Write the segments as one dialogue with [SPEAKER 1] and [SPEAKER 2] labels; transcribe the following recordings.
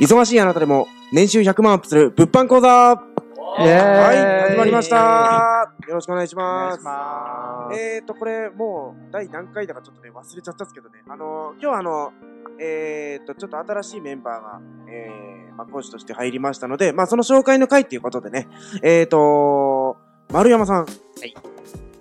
[SPEAKER 1] 忙しいあなたでも年収100万アップする物販講座
[SPEAKER 2] イエーイ
[SPEAKER 1] はい、始まりまし
[SPEAKER 2] お
[SPEAKER 1] たよろしくお願いし
[SPEAKER 2] 願
[SPEAKER 1] ま
[SPEAKER 2] いし
[SPEAKER 1] す
[SPEAKER 2] ます。。
[SPEAKER 1] えーと、これもう第何回だかちょっとね、忘れちゃったんですけどね、あのー、今日はあの、えーと、ちょっと新しいメンバーが、えー、まあ、講師として入りましたので、まあ、その紹介の回っていうことでね、えーと、丸山さん。はい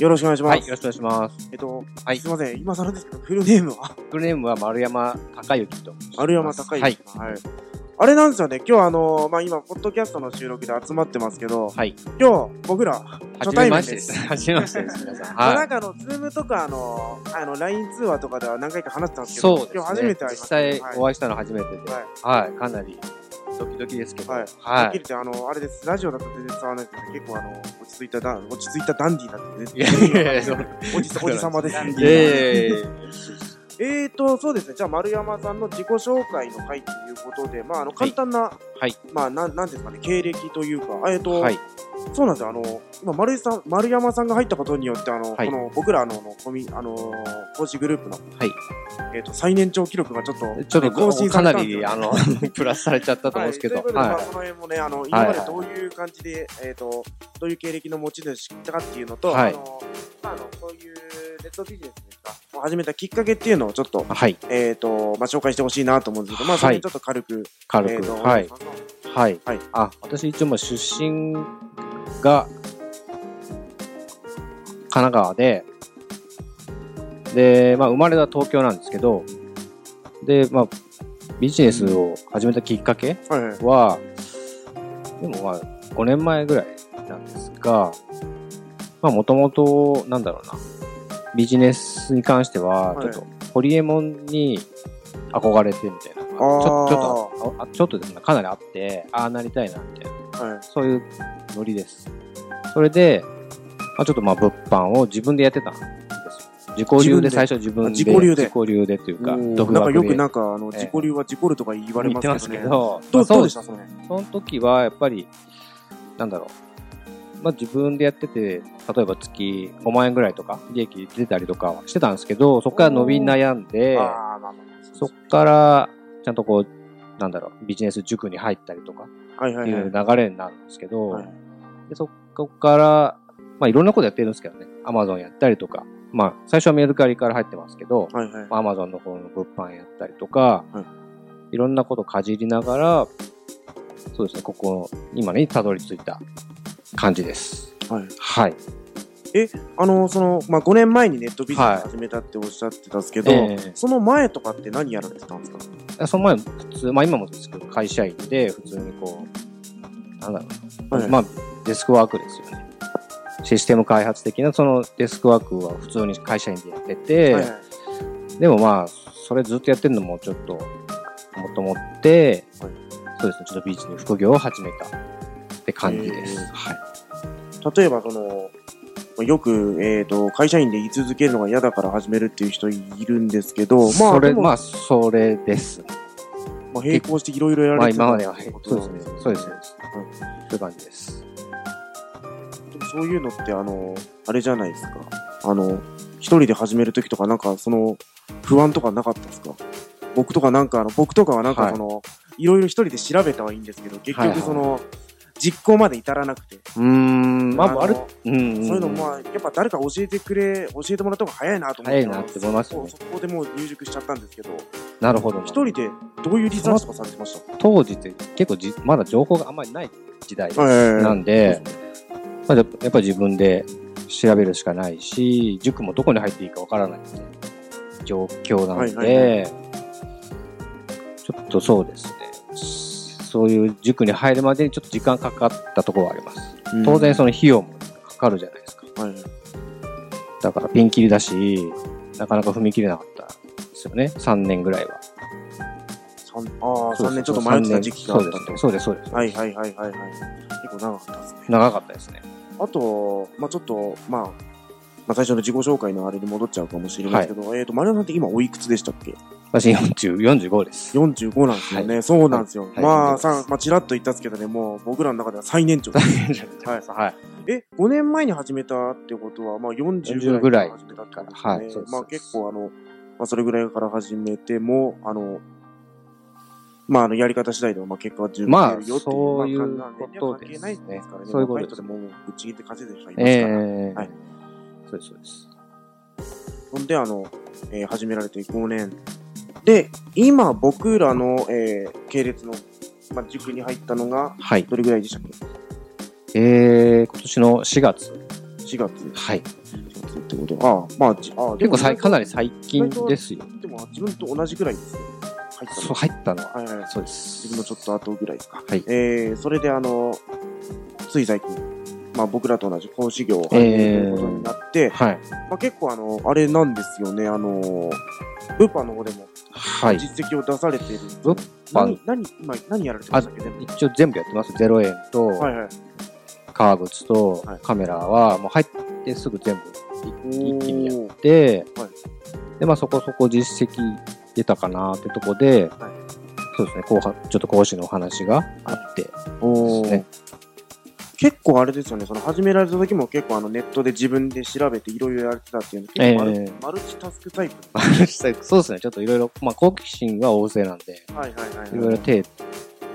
[SPEAKER 1] よろしくお願いします。
[SPEAKER 2] はい、よろしくお願いします。
[SPEAKER 1] えっと、
[SPEAKER 2] はい
[SPEAKER 1] すいません、今更ですけど、フルネームは
[SPEAKER 2] フルネームは丸山隆之と。
[SPEAKER 1] 丸山高い。
[SPEAKER 2] はい。
[SPEAKER 1] はい。あれなんですよね、今日あのー、まあ、今、ポッドキャストの収録で集まってますけど、
[SPEAKER 2] はい。
[SPEAKER 1] 今日、僕ら、初
[SPEAKER 2] 初
[SPEAKER 1] 対面
[SPEAKER 2] めま
[SPEAKER 1] で
[SPEAKER 2] して
[SPEAKER 1] す
[SPEAKER 2] です。初め ましてです、皆さん。
[SPEAKER 1] まあ
[SPEAKER 2] は
[SPEAKER 1] ないん。かあの、ズームとかあのー、あの、LINE 通話とかでは何回か話してたんですけど、
[SPEAKER 2] そうですね。
[SPEAKER 1] 今日初めて会いま
[SPEAKER 2] 実
[SPEAKER 1] したね。
[SPEAKER 2] 際お会いしたの初めてで。
[SPEAKER 1] はい
[SPEAKER 2] はい。かなりドキドキですけど。
[SPEAKER 1] は
[SPEAKER 2] はいい。
[SPEAKER 1] はっきり言って、あの、あれです。ラジオだと全然伝わらないですけど、結構あの、落ち着いたダン、落ち着いたダンディーなんで、
[SPEAKER 2] いやいやいやそう
[SPEAKER 1] おじさ、おじさまです。
[SPEAKER 2] いやいやいやいや
[SPEAKER 1] えーと、そうですね。じゃあ、丸山さんの自己紹介の回ということで、まあ、あの、簡単な、
[SPEAKER 2] はい
[SPEAKER 1] まあ、なん、なんですかね、経歴というか、えーと、
[SPEAKER 2] はい。
[SPEAKER 1] そうなんですよ。あの、今、丸井さん、丸山さんが入ったことによって、あの、
[SPEAKER 2] はい
[SPEAKER 1] この、僕らの、あの、コミ、あのー、講師グループの、
[SPEAKER 2] はい。
[SPEAKER 1] えーと、最年長記録がちょっと、
[SPEAKER 2] ちょっと
[SPEAKER 1] 更新さ
[SPEAKER 2] か
[SPEAKER 1] れた
[SPEAKER 2] なん
[SPEAKER 1] ですよ
[SPEAKER 2] り、あの、 プラスされちゃったと思うんですけど。
[SPEAKER 1] はい、ということで、まあ、その辺もね、あの、今までどういう感じで、えっ、と、どういう経歴の持ち主かっていうのと、
[SPEAKER 2] はい
[SPEAKER 1] あの、まあ、あの、こういうネットビジネスですか、を始めたきっかけっていうのをちょっと、
[SPEAKER 2] はい。
[SPEAKER 1] えっ、と、まあ、紹介してほしいなと思うんですけど、まあ、それにちょっと軽く、
[SPEAKER 2] 軽
[SPEAKER 1] えっ、
[SPEAKER 2] く。
[SPEAKER 1] と、
[SPEAKER 2] はい。
[SPEAKER 1] お願いします
[SPEAKER 2] はい。
[SPEAKER 1] はい
[SPEAKER 2] あ、私一応もう出身が神奈川で、で、まあ生まれは東京なんですけど、で、まあビジネスを始めたきっかけ
[SPEAKER 1] はいはい。
[SPEAKER 2] は、でもまあ5年前ぐらいなんですが、まあもともと、なんだろうな、ビジネスに関しては、
[SPEAKER 1] はい
[SPEAKER 2] ちょっとホリエモンに憧れてみたいな、ちょちょっとああちょっとですね、かなりあって、ああなりたいな、みたいな、
[SPEAKER 1] はい。
[SPEAKER 2] そういうノリです。それで、まあ、ちょっとまあ、物販を自分でやってたんですよ。自己流
[SPEAKER 1] 自分で
[SPEAKER 2] で最初自分で。
[SPEAKER 1] あ自己流で
[SPEAKER 2] 自己流でというか、
[SPEAKER 1] なん
[SPEAKER 2] 独
[SPEAKER 1] か
[SPEAKER 2] 学で。
[SPEAKER 1] よくなんか、あの、
[SPEAKER 2] え
[SPEAKER 1] 自己流は自己流とか言われ
[SPEAKER 2] 言
[SPEAKER 1] ま
[SPEAKER 2] ってますす
[SPEAKER 1] け
[SPEAKER 2] け
[SPEAKER 1] ど、ね。
[SPEAKER 2] ど、
[SPEAKER 1] どう
[SPEAKER 2] まあ
[SPEAKER 1] どう
[SPEAKER 2] そう
[SPEAKER 1] で
[SPEAKER 2] で
[SPEAKER 1] し
[SPEAKER 2] す
[SPEAKER 1] たその辺
[SPEAKER 2] その時は、やっぱり、なんだろう。まあ、自分でやってて、例えば月5万円ぐらいとか、利益出たりとかはしてたんですけど、そこから伸び悩んで、
[SPEAKER 1] ああ、まあまあ。
[SPEAKER 2] そこから、ちゃんとこう、なんだろう、ビジネス塾に入ったりとか、
[SPEAKER 1] はいは
[SPEAKER 2] って
[SPEAKER 1] い
[SPEAKER 2] い
[SPEAKER 1] は
[SPEAKER 2] う
[SPEAKER 1] い。
[SPEAKER 2] 流れになるんですけど、
[SPEAKER 1] はい
[SPEAKER 2] でそこから、まあいろんなことやってるんですけどね。アマゾンやったりとか、まあ最初はメルカリから入ってますけど、
[SPEAKER 1] はいはい。
[SPEAKER 2] アマゾンの方の物販やったりとか、、
[SPEAKER 1] はい
[SPEAKER 2] ろんなことかじりながら、そうですね、ここ、今にたどり着いた感じです。
[SPEAKER 1] はい
[SPEAKER 2] はい。
[SPEAKER 1] あの、その、まあ、5年前にネットビジネ
[SPEAKER 2] はい
[SPEAKER 1] ス始めたっておっしゃってたんですけど、
[SPEAKER 2] ええ
[SPEAKER 1] その前とかって何やられてたんですか
[SPEAKER 2] その前、普通、まあ今もですけど、会社員で、普通にこう、なんだろう、
[SPEAKER 1] はい
[SPEAKER 2] まあデスクワークですよね。システム開発的な、そのデスクワークは普通に会社員でやってて、
[SPEAKER 1] はいはい
[SPEAKER 2] でもまあ、それずっとやってるのもちょっと、もっと思って、
[SPEAKER 1] はい
[SPEAKER 2] そうですね、ちょっとビーチに副業を始めたって感じです。
[SPEAKER 1] えー
[SPEAKER 2] はい。
[SPEAKER 1] 例えばその、まあよく、えっ、と、会社員で居続けるのが嫌だから始めるっていう人いるんですけど、ま
[SPEAKER 2] そ
[SPEAKER 1] あ、
[SPEAKER 2] れ、
[SPEAKER 1] でも、ま
[SPEAKER 2] まあ、それです。
[SPEAKER 1] あ、並行していろいろやら
[SPEAKER 2] まあ、
[SPEAKER 1] れてた
[SPEAKER 2] 今までは、は
[SPEAKER 1] っ
[SPEAKER 2] い
[SPEAKER 1] てこ
[SPEAKER 2] そ
[SPEAKER 1] と
[SPEAKER 2] うですね、そうですね。そういう感じです。
[SPEAKER 1] でもそういうのって、あの、あれじゃないですか。あの、一人で始めるときとか、なんか、その、不安とかなかったですか僕とかなんか、あの、僕とかはなんか
[SPEAKER 2] はい
[SPEAKER 1] その、い、ろいろ一人で調べたはいいんですけど、結
[SPEAKER 2] はいは
[SPEAKER 1] 局
[SPEAKER 2] い
[SPEAKER 1] その、実行まで至らなくて。
[SPEAKER 2] うーん、まあ、ある、
[SPEAKER 1] の
[SPEAKER 2] うんんん
[SPEAKER 1] そういうのも、まあ、やっぱ誰か教えてくれ、教えてもらった方が早いなと思って。
[SPEAKER 2] 早いなって思いますよね
[SPEAKER 1] そこそこでもう入塾しちゃったんですけど、
[SPEAKER 2] なるほどな。
[SPEAKER 1] 一人でどういうリサーチとかされてました
[SPEAKER 2] 当時って結構じ、まだ情報があんまりない時代な
[SPEAKER 1] なん
[SPEAKER 2] で、まあ、やっぱやっぱり自分で調べるしかないし、塾もどこに入っていいかわからないみたいな状況なので、
[SPEAKER 1] はいはい
[SPEAKER 2] ちょっとそうですね。そういう塾に入るまでにちょっと時間かかったところはあります。当然その費用もかかるじゃないですか。
[SPEAKER 1] の、はいはい
[SPEAKER 2] だからピンキリだし、なかなか踏み切れなかったですよね。3年ぐらいは。
[SPEAKER 1] 三ああ、3
[SPEAKER 2] そうそう
[SPEAKER 1] 年ちょっと迷ってた時期があった
[SPEAKER 2] そうで
[SPEAKER 1] と。
[SPEAKER 2] すそうです、そうです。
[SPEAKER 1] はいはいはいはいはい。結構長かったですね。
[SPEAKER 2] 長かったですね。
[SPEAKER 1] あと、まあちょっと、まあ、まあ最初の自己紹介のあれに戻っちゃうかもしれないですけど、えっ、と、丸山さんって今おいくつでしたっけ
[SPEAKER 2] 私40 45です。
[SPEAKER 1] ?45 なんですよね。そうなんですよ。
[SPEAKER 2] い
[SPEAKER 1] まあ、
[SPEAKER 2] そうで
[SPEAKER 1] さ
[SPEAKER 2] す
[SPEAKER 1] まあ、ちらっと言ったんですけどね、もう僕らの中では最年長です。はい。
[SPEAKER 2] はい。
[SPEAKER 1] え、5年前に始めたってことは、まあ40
[SPEAKER 2] 40
[SPEAKER 1] ぐ
[SPEAKER 2] ぐ
[SPEAKER 1] ら
[SPEAKER 2] ら
[SPEAKER 1] い
[SPEAKER 2] い
[SPEAKER 1] から始めたってことですね。
[SPEAKER 2] からはいそうです
[SPEAKER 1] まあ結構あの、まあそれぐらいから始めても、あの、まあ、あの、やり方次第で、まあ、結果は十分
[SPEAKER 2] まあ
[SPEAKER 1] 出るよっていう、
[SPEAKER 2] そういう
[SPEAKER 1] まあ
[SPEAKER 2] ことです
[SPEAKER 1] 関係
[SPEAKER 2] ね
[SPEAKER 1] ないからね。
[SPEAKER 2] そういうこと
[SPEAKER 1] 若い
[SPEAKER 2] で
[SPEAKER 1] 人
[SPEAKER 2] す
[SPEAKER 1] でも、ぶっちぎって稼いでる人がいます
[SPEAKER 2] ええ
[SPEAKER 1] から。はい
[SPEAKER 2] そうです、そうです。
[SPEAKER 1] ほんで、あの、えー始められて5年。で、今、僕らの、えー系列の、まあ、塾に入ったのが、
[SPEAKER 2] はい。
[SPEAKER 1] どれぐらいでしたっけ
[SPEAKER 2] えー、今年の4月。
[SPEAKER 1] ?4 月。
[SPEAKER 2] はい。
[SPEAKER 1] 4月ってことああ、まあ、じああ
[SPEAKER 2] 結構さいかなり
[SPEAKER 1] 最
[SPEAKER 2] 最近ですよ。
[SPEAKER 1] 近。でも、自分と同じぐらいですね。入ったの
[SPEAKER 2] そう、入ったのは。
[SPEAKER 1] はいはい。
[SPEAKER 2] そうです。
[SPEAKER 1] 自分のちょっと後ぐらいですか。
[SPEAKER 2] はい。
[SPEAKER 1] えー、それであの、つい最近、まあ僕らと同じ講師業を始めることになって、
[SPEAKER 2] はい。
[SPEAKER 1] まあ結構あの、あれなんですよね、あの、ウーパーの方でも
[SPEAKER 2] はい。
[SPEAKER 1] 実績を出されている。
[SPEAKER 2] 物販
[SPEAKER 1] 何、何、今、何やられてましたっけ全部
[SPEAKER 2] 一応全部やってます。0円と、
[SPEAKER 1] はいはい。
[SPEAKER 2] 革靴と
[SPEAKER 1] はい
[SPEAKER 2] カメラは、もう入ってすぐ全部一気にや
[SPEAKER 1] おー
[SPEAKER 2] って、
[SPEAKER 1] はい
[SPEAKER 2] で、まあそこそこ実績出たかなってとこで、
[SPEAKER 1] はい
[SPEAKER 2] そうですね、後半、ちょっと講師のお話があってです
[SPEAKER 1] おー
[SPEAKER 2] ね。
[SPEAKER 1] 結構あれですよね、その始められた時も結構あのネットで自分で調べていろいろやれてたっていうの結構マル,、
[SPEAKER 2] ええ
[SPEAKER 1] マルチタスクタイプ。
[SPEAKER 2] そうですね、ちょっといろいろ、まあ好奇心は旺盛なんで、
[SPEAKER 1] はいはいはい
[SPEAKER 2] いろいろ手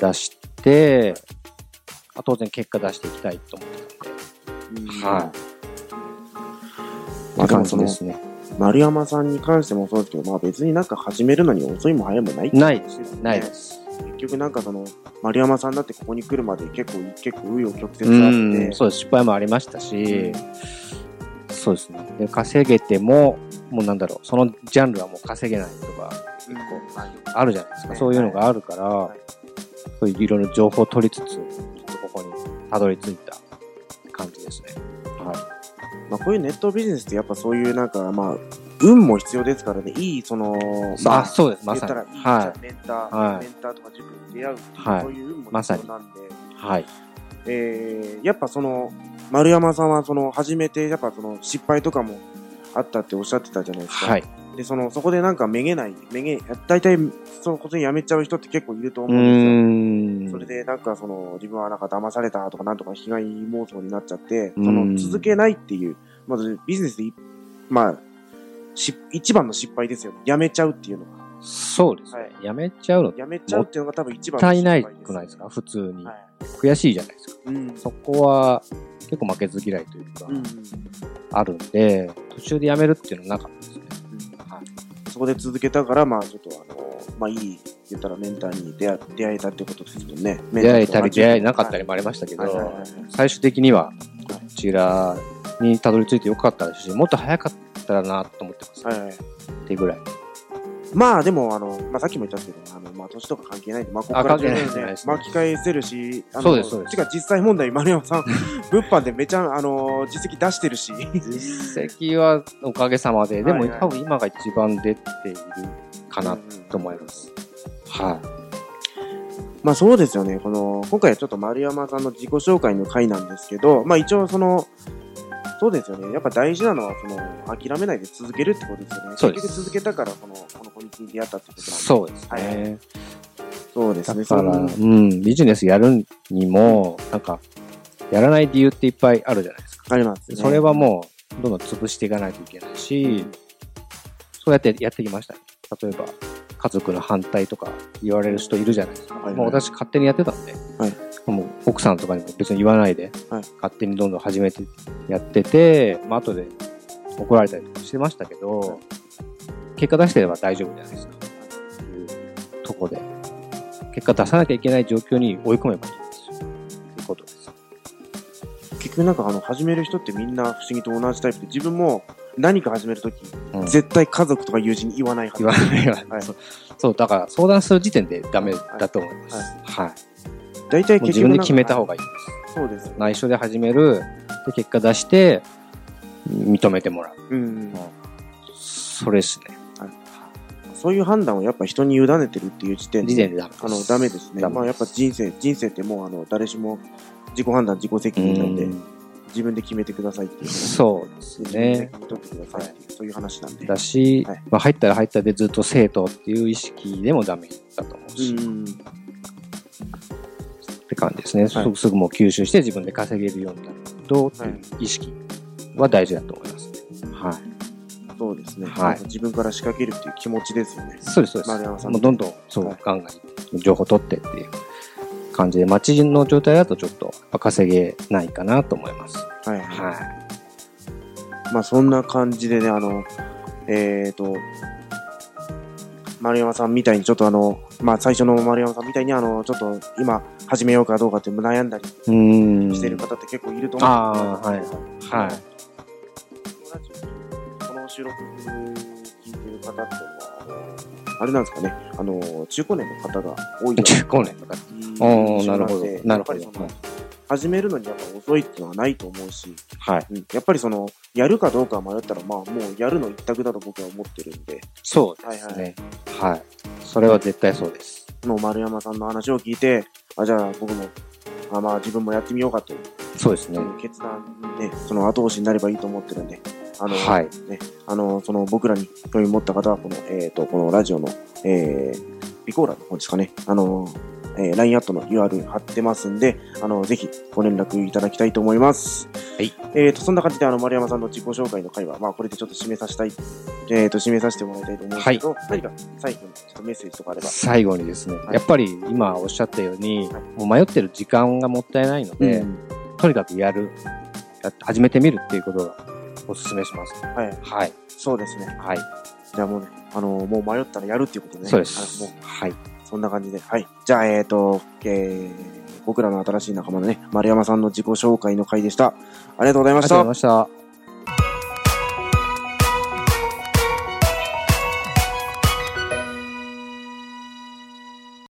[SPEAKER 2] 出して、あ当然結果出していきたいと思ってたんで、はい
[SPEAKER 1] まあで
[SPEAKER 2] 感
[SPEAKER 1] もそ
[SPEAKER 2] じ
[SPEAKER 1] の
[SPEAKER 2] で、すね。
[SPEAKER 1] 丸山さんに関してもそうですけど、まあ別になんか始めるのに遅いも早いもないって
[SPEAKER 2] ない
[SPEAKER 1] 話ですよね
[SPEAKER 2] ないです。
[SPEAKER 1] 結局なんかその、丸山さんだってここに来るまで結構、結構紆余曲折あって、
[SPEAKER 2] うん、そうです失敗もありましたし、そうですねで稼げてももうなんだろうそのジャンルはもう稼げないとか
[SPEAKER 1] うん
[SPEAKER 2] あるじゃないですか、
[SPEAKER 1] ね
[SPEAKER 2] そういうのがあるから、
[SPEAKER 1] い
[SPEAKER 2] そういういろいろ情報を取りつつちょっとここにたどり着いた感じですねは
[SPEAKER 1] まあこういうネットビジネスってやっぱそういうなんか、まあ、運も必要ですからね、いいその、
[SPEAKER 2] い、
[SPEAKER 1] ま
[SPEAKER 2] あそうですま
[SPEAKER 1] 言っ
[SPEAKER 2] さ
[SPEAKER 1] た
[SPEAKER 2] に
[SPEAKER 1] らいい、
[SPEAKER 2] は
[SPEAKER 1] メンター、
[SPEAKER 2] はい
[SPEAKER 1] メンターとか塾に出会うっていう、
[SPEAKER 2] はい
[SPEAKER 1] そういう運も
[SPEAKER 2] ま
[SPEAKER 1] 必
[SPEAKER 2] さ
[SPEAKER 1] 要
[SPEAKER 2] に
[SPEAKER 1] なんで、
[SPEAKER 2] い、はい、
[SPEAKER 1] えーやっぱその、丸山さんはその、初めてやっぱその、失敗とかもあったっておっしゃってたじゃないですか。
[SPEAKER 2] はい
[SPEAKER 1] で、その、そこでなんかめげない、めげ、大体、そう、こに辞めちゃう人って結構いると
[SPEAKER 2] う
[SPEAKER 1] 思うんです
[SPEAKER 2] ーん
[SPEAKER 1] よ。それで、なんかその、自分はなんか騙されたとか、なんとか被害妄想になっちゃって、そ
[SPEAKER 2] うん
[SPEAKER 1] の、続けないっていう、まずビジネスでい、まあ、し、一番の失敗ですよね。辞めちゃうっていうのが。
[SPEAKER 2] そうですね、
[SPEAKER 1] は
[SPEAKER 2] やめちゃうのもっ
[SPEAKER 1] 辞めちゃうっていうのが多分一番の
[SPEAKER 2] たい
[SPEAKER 1] 失
[SPEAKER 2] な
[SPEAKER 1] 敗
[SPEAKER 2] い
[SPEAKER 1] です。
[SPEAKER 2] くないですか普通に、
[SPEAKER 1] はい。
[SPEAKER 2] 悔しいじゃないですか
[SPEAKER 1] うん。
[SPEAKER 2] そこは結構負けず嫌いというか、
[SPEAKER 1] うん。
[SPEAKER 2] あるんで、途中でやめるっていうのはなかったですね。は
[SPEAKER 1] そこで続けたから、まあ、ちょっとあの、まあ、いい、言ったらメンターに出会出会えたってことですもんね。
[SPEAKER 2] 出会えたり出会えなかった
[SPEAKER 1] り。
[SPEAKER 2] りもありましたけど、
[SPEAKER 1] はいはいはいはい
[SPEAKER 2] 最終的にはこちらにたどり着いてよかったですし、もっと早かったらなと思ってます、
[SPEAKER 1] はいはい
[SPEAKER 2] っていうぐらい。
[SPEAKER 1] まあでも、あの、まあさっきも言ったんですけど、あの、まあ年とか関係ないんで、まあここから
[SPEAKER 2] 関係ないですね
[SPEAKER 1] 巻き返せるし、あの
[SPEAKER 2] そうですそうです
[SPEAKER 1] てか実際問題、丸山さん、物販でめちゃ、あの、実績出してるし。
[SPEAKER 2] 実績はおかげさまで、でも
[SPEAKER 1] はいはい
[SPEAKER 2] 多分今が一番出ているかなと思います。はい。
[SPEAKER 1] まあそうですよね。この、今回はちょっと丸山さんの自己紹介の回なんですけど、まあ一応その、そうですよね。やっぱ大事なのは、その、諦めないで続けるってことですよね。
[SPEAKER 2] そうです
[SPEAKER 1] 結局続けたから、この、このコミュニティに出会ったってことなんで。
[SPEAKER 2] そうですね。
[SPEAKER 1] はいそうですね。
[SPEAKER 2] だから、
[SPEAKER 1] その
[SPEAKER 2] うん、ビジネスやるにも、なんか、やらない理由っていっぱいあるじゃないですか。
[SPEAKER 1] ありますね。
[SPEAKER 2] それはもう、どんどん潰していかないといけないし、そうやってやってきましたね。例えば、家族の反対とか言われる人いるじゃないですか。
[SPEAKER 1] はいはい
[SPEAKER 2] もう私勝手にやってたんで、
[SPEAKER 1] はい
[SPEAKER 2] もう奥さんとかにも別に言わないで、
[SPEAKER 1] はい
[SPEAKER 2] 勝手にどんどん始めてやってて、まあ後で怒られたりとかしてましたけど、結果出してれば大丈夫じゃないですか。いうとこで、結果出さなきゃいけない状況に追い込めばいいんですよ。ということです。
[SPEAKER 1] 結局なんかあの始める人ってみんな不思議と同じタイプで自分も何か始めるとき、
[SPEAKER 2] うん
[SPEAKER 1] 絶対家族とか友人に言わないはず
[SPEAKER 2] 言わないわ、
[SPEAKER 1] はい
[SPEAKER 2] そうそうだから相談する時点でダメだと思います、
[SPEAKER 1] は
[SPEAKER 2] はい
[SPEAKER 1] 大体
[SPEAKER 2] もう
[SPEAKER 1] 結
[SPEAKER 2] 自
[SPEAKER 1] 局
[SPEAKER 2] 分で
[SPEAKER 1] なんか
[SPEAKER 2] 決めた方がいいで
[SPEAKER 1] そうです
[SPEAKER 2] す内緒で始めるで結果出して認めてもらう
[SPEAKER 1] うん
[SPEAKER 2] それですね
[SPEAKER 1] そういう判断をやっぱ人に委ねてるっていう時点
[SPEAKER 2] 時
[SPEAKER 1] で
[SPEAKER 2] 点でダメ
[SPEAKER 1] あのダメですねまあやっぱ人生人生ってもうあの誰しも自己判断自己責任なんで
[SPEAKER 2] うん
[SPEAKER 1] 自分で決めてくださいっていう
[SPEAKER 2] そうです
[SPEAKER 1] 自分で
[SPEAKER 2] ね
[SPEAKER 1] 責任取ってくださいっていうそういう話なんで
[SPEAKER 2] だし、
[SPEAKER 1] はい
[SPEAKER 2] まあ、入ったら入ったでずっと生徒っていう意識でもダメだと思う
[SPEAKER 1] う
[SPEAKER 2] し、っ
[SPEAKER 1] ん
[SPEAKER 2] て感じですね、すぐすぐもう吸収して自分で稼げるようになるとっていう意識は大事だと思います、はい
[SPEAKER 1] そうですね。
[SPEAKER 2] はい
[SPEAKER 1] なんか自分から仕掛けるっていう気持ちですよね。
[SPEAKER 2] そうです、そうです。
[SPEAKER 1] 丸山さん
[SPEAKER 2] もうどんどん、そう、
[SPEAKER 1] はい
[SPEAKER 2] ガンガン情報取ってっていう感じで、街の状態だとちょっとやっぱ稼げないかなと思います。
[SPEAKER 1] はい。
[SPEAKER 2] は
[SPEAKER 1] まあそんな感じでね、あの、えっ、と、丸山さんみたいにちょっとあの、まあ最初の丸山さんみたいにあの、ちょっと今始めようかどうかって悩んだり
[SPEAKER 2] い。うーん。
[SPEAKER 1] してる方って結構いると思う。
[SPEAKER 2] ああ、はい。はい。
[SPEAKER 1] この収録聞いてる方っていうのは、あのあれなんですかね、あの、中高年の方が多いような
[SPEAKER 2] 中高年とか。 おーなるほどなるほど
[SPEAKER 1] やっぱりそ
[SPEAKER 2] は
[SPEAKER 1] の
[SPEAKER 2] い
[SPEAKER 1] 始めるのにやっぱ遅いっていうのはないと思うし、
[SPEAKER 2] はい。
[SPEAKER 1] うんやっぱりその、やるかどうか迷ったら、まあもうやるの一択だと僕は思ってるんで、
[SPEAKER 2] そうですね。はい。それは絶対そうです。
[SPEAKER 1] もう丸山さんの話を聞いて、あ、じゃあ僕も、あまあ自分もやってみようかという
[SPEAKER 2] そうですね。
[SPEAKER 1] 決断ね、その後押しになればいいと思ってるんで、あの、
[SPEAKER 2] はい。
[SPEAKER 1] あの、その僕らに興味持った方は、この、えっ、と、このラジオの、えー、ビコーラの方ですかね。あの、えー、LINE アットの URL 貼ってますんで、あの、ぜひご連絡いただきたいと思います。
[SPEAKER 2] はい。
[SPEAKER 1] えっ、と、そんな感じで、あの、丸山さんの自己紹介の回は、まあ、これでちょっと締めさせたい、えっ、と、締めさせてもらいたいと思うんですけど、何か最後にちょっとメッセージとかあれば。
[SPEAKER 2] 最後にですね、
[SPEAKER 1] はい
[SPEAKER 2] やっぱり今おっしゃったように
[SPEAKER 1] はい、
[SPEAKER 2] もう迷ってる時間がもったいないので、とにかくやる、や始めてみるっていうことがおすすめします。
[SPEAKER 1] はい。
[SPEAKER 2] はい。
[SPEAKER 1] そうですね。
[SPEAKER 2] はい。
[SPEAKER 1] じゃあもうね、あの、もう迷ったらやるっていうことね。
[SPEAKER 2] そうで
[SPEAKER 1] はいもう
[SPEAKER 2] す。はい。
[SPEAKER 1] そんな感じで。はい。じゃあ、えっ、と、えー僕らの新しい仲間のね、丸山さんの自己紹介の回でした。ありがとうござい
[SPEAKER 2] あ
[SPEAKER 1] ま
[SPEAKER 2] り
[SPEAKER 1] し
[SPEAKER 2] がとうござ
[SPEAKER 1] た
[SPEAKER 2] い。ました。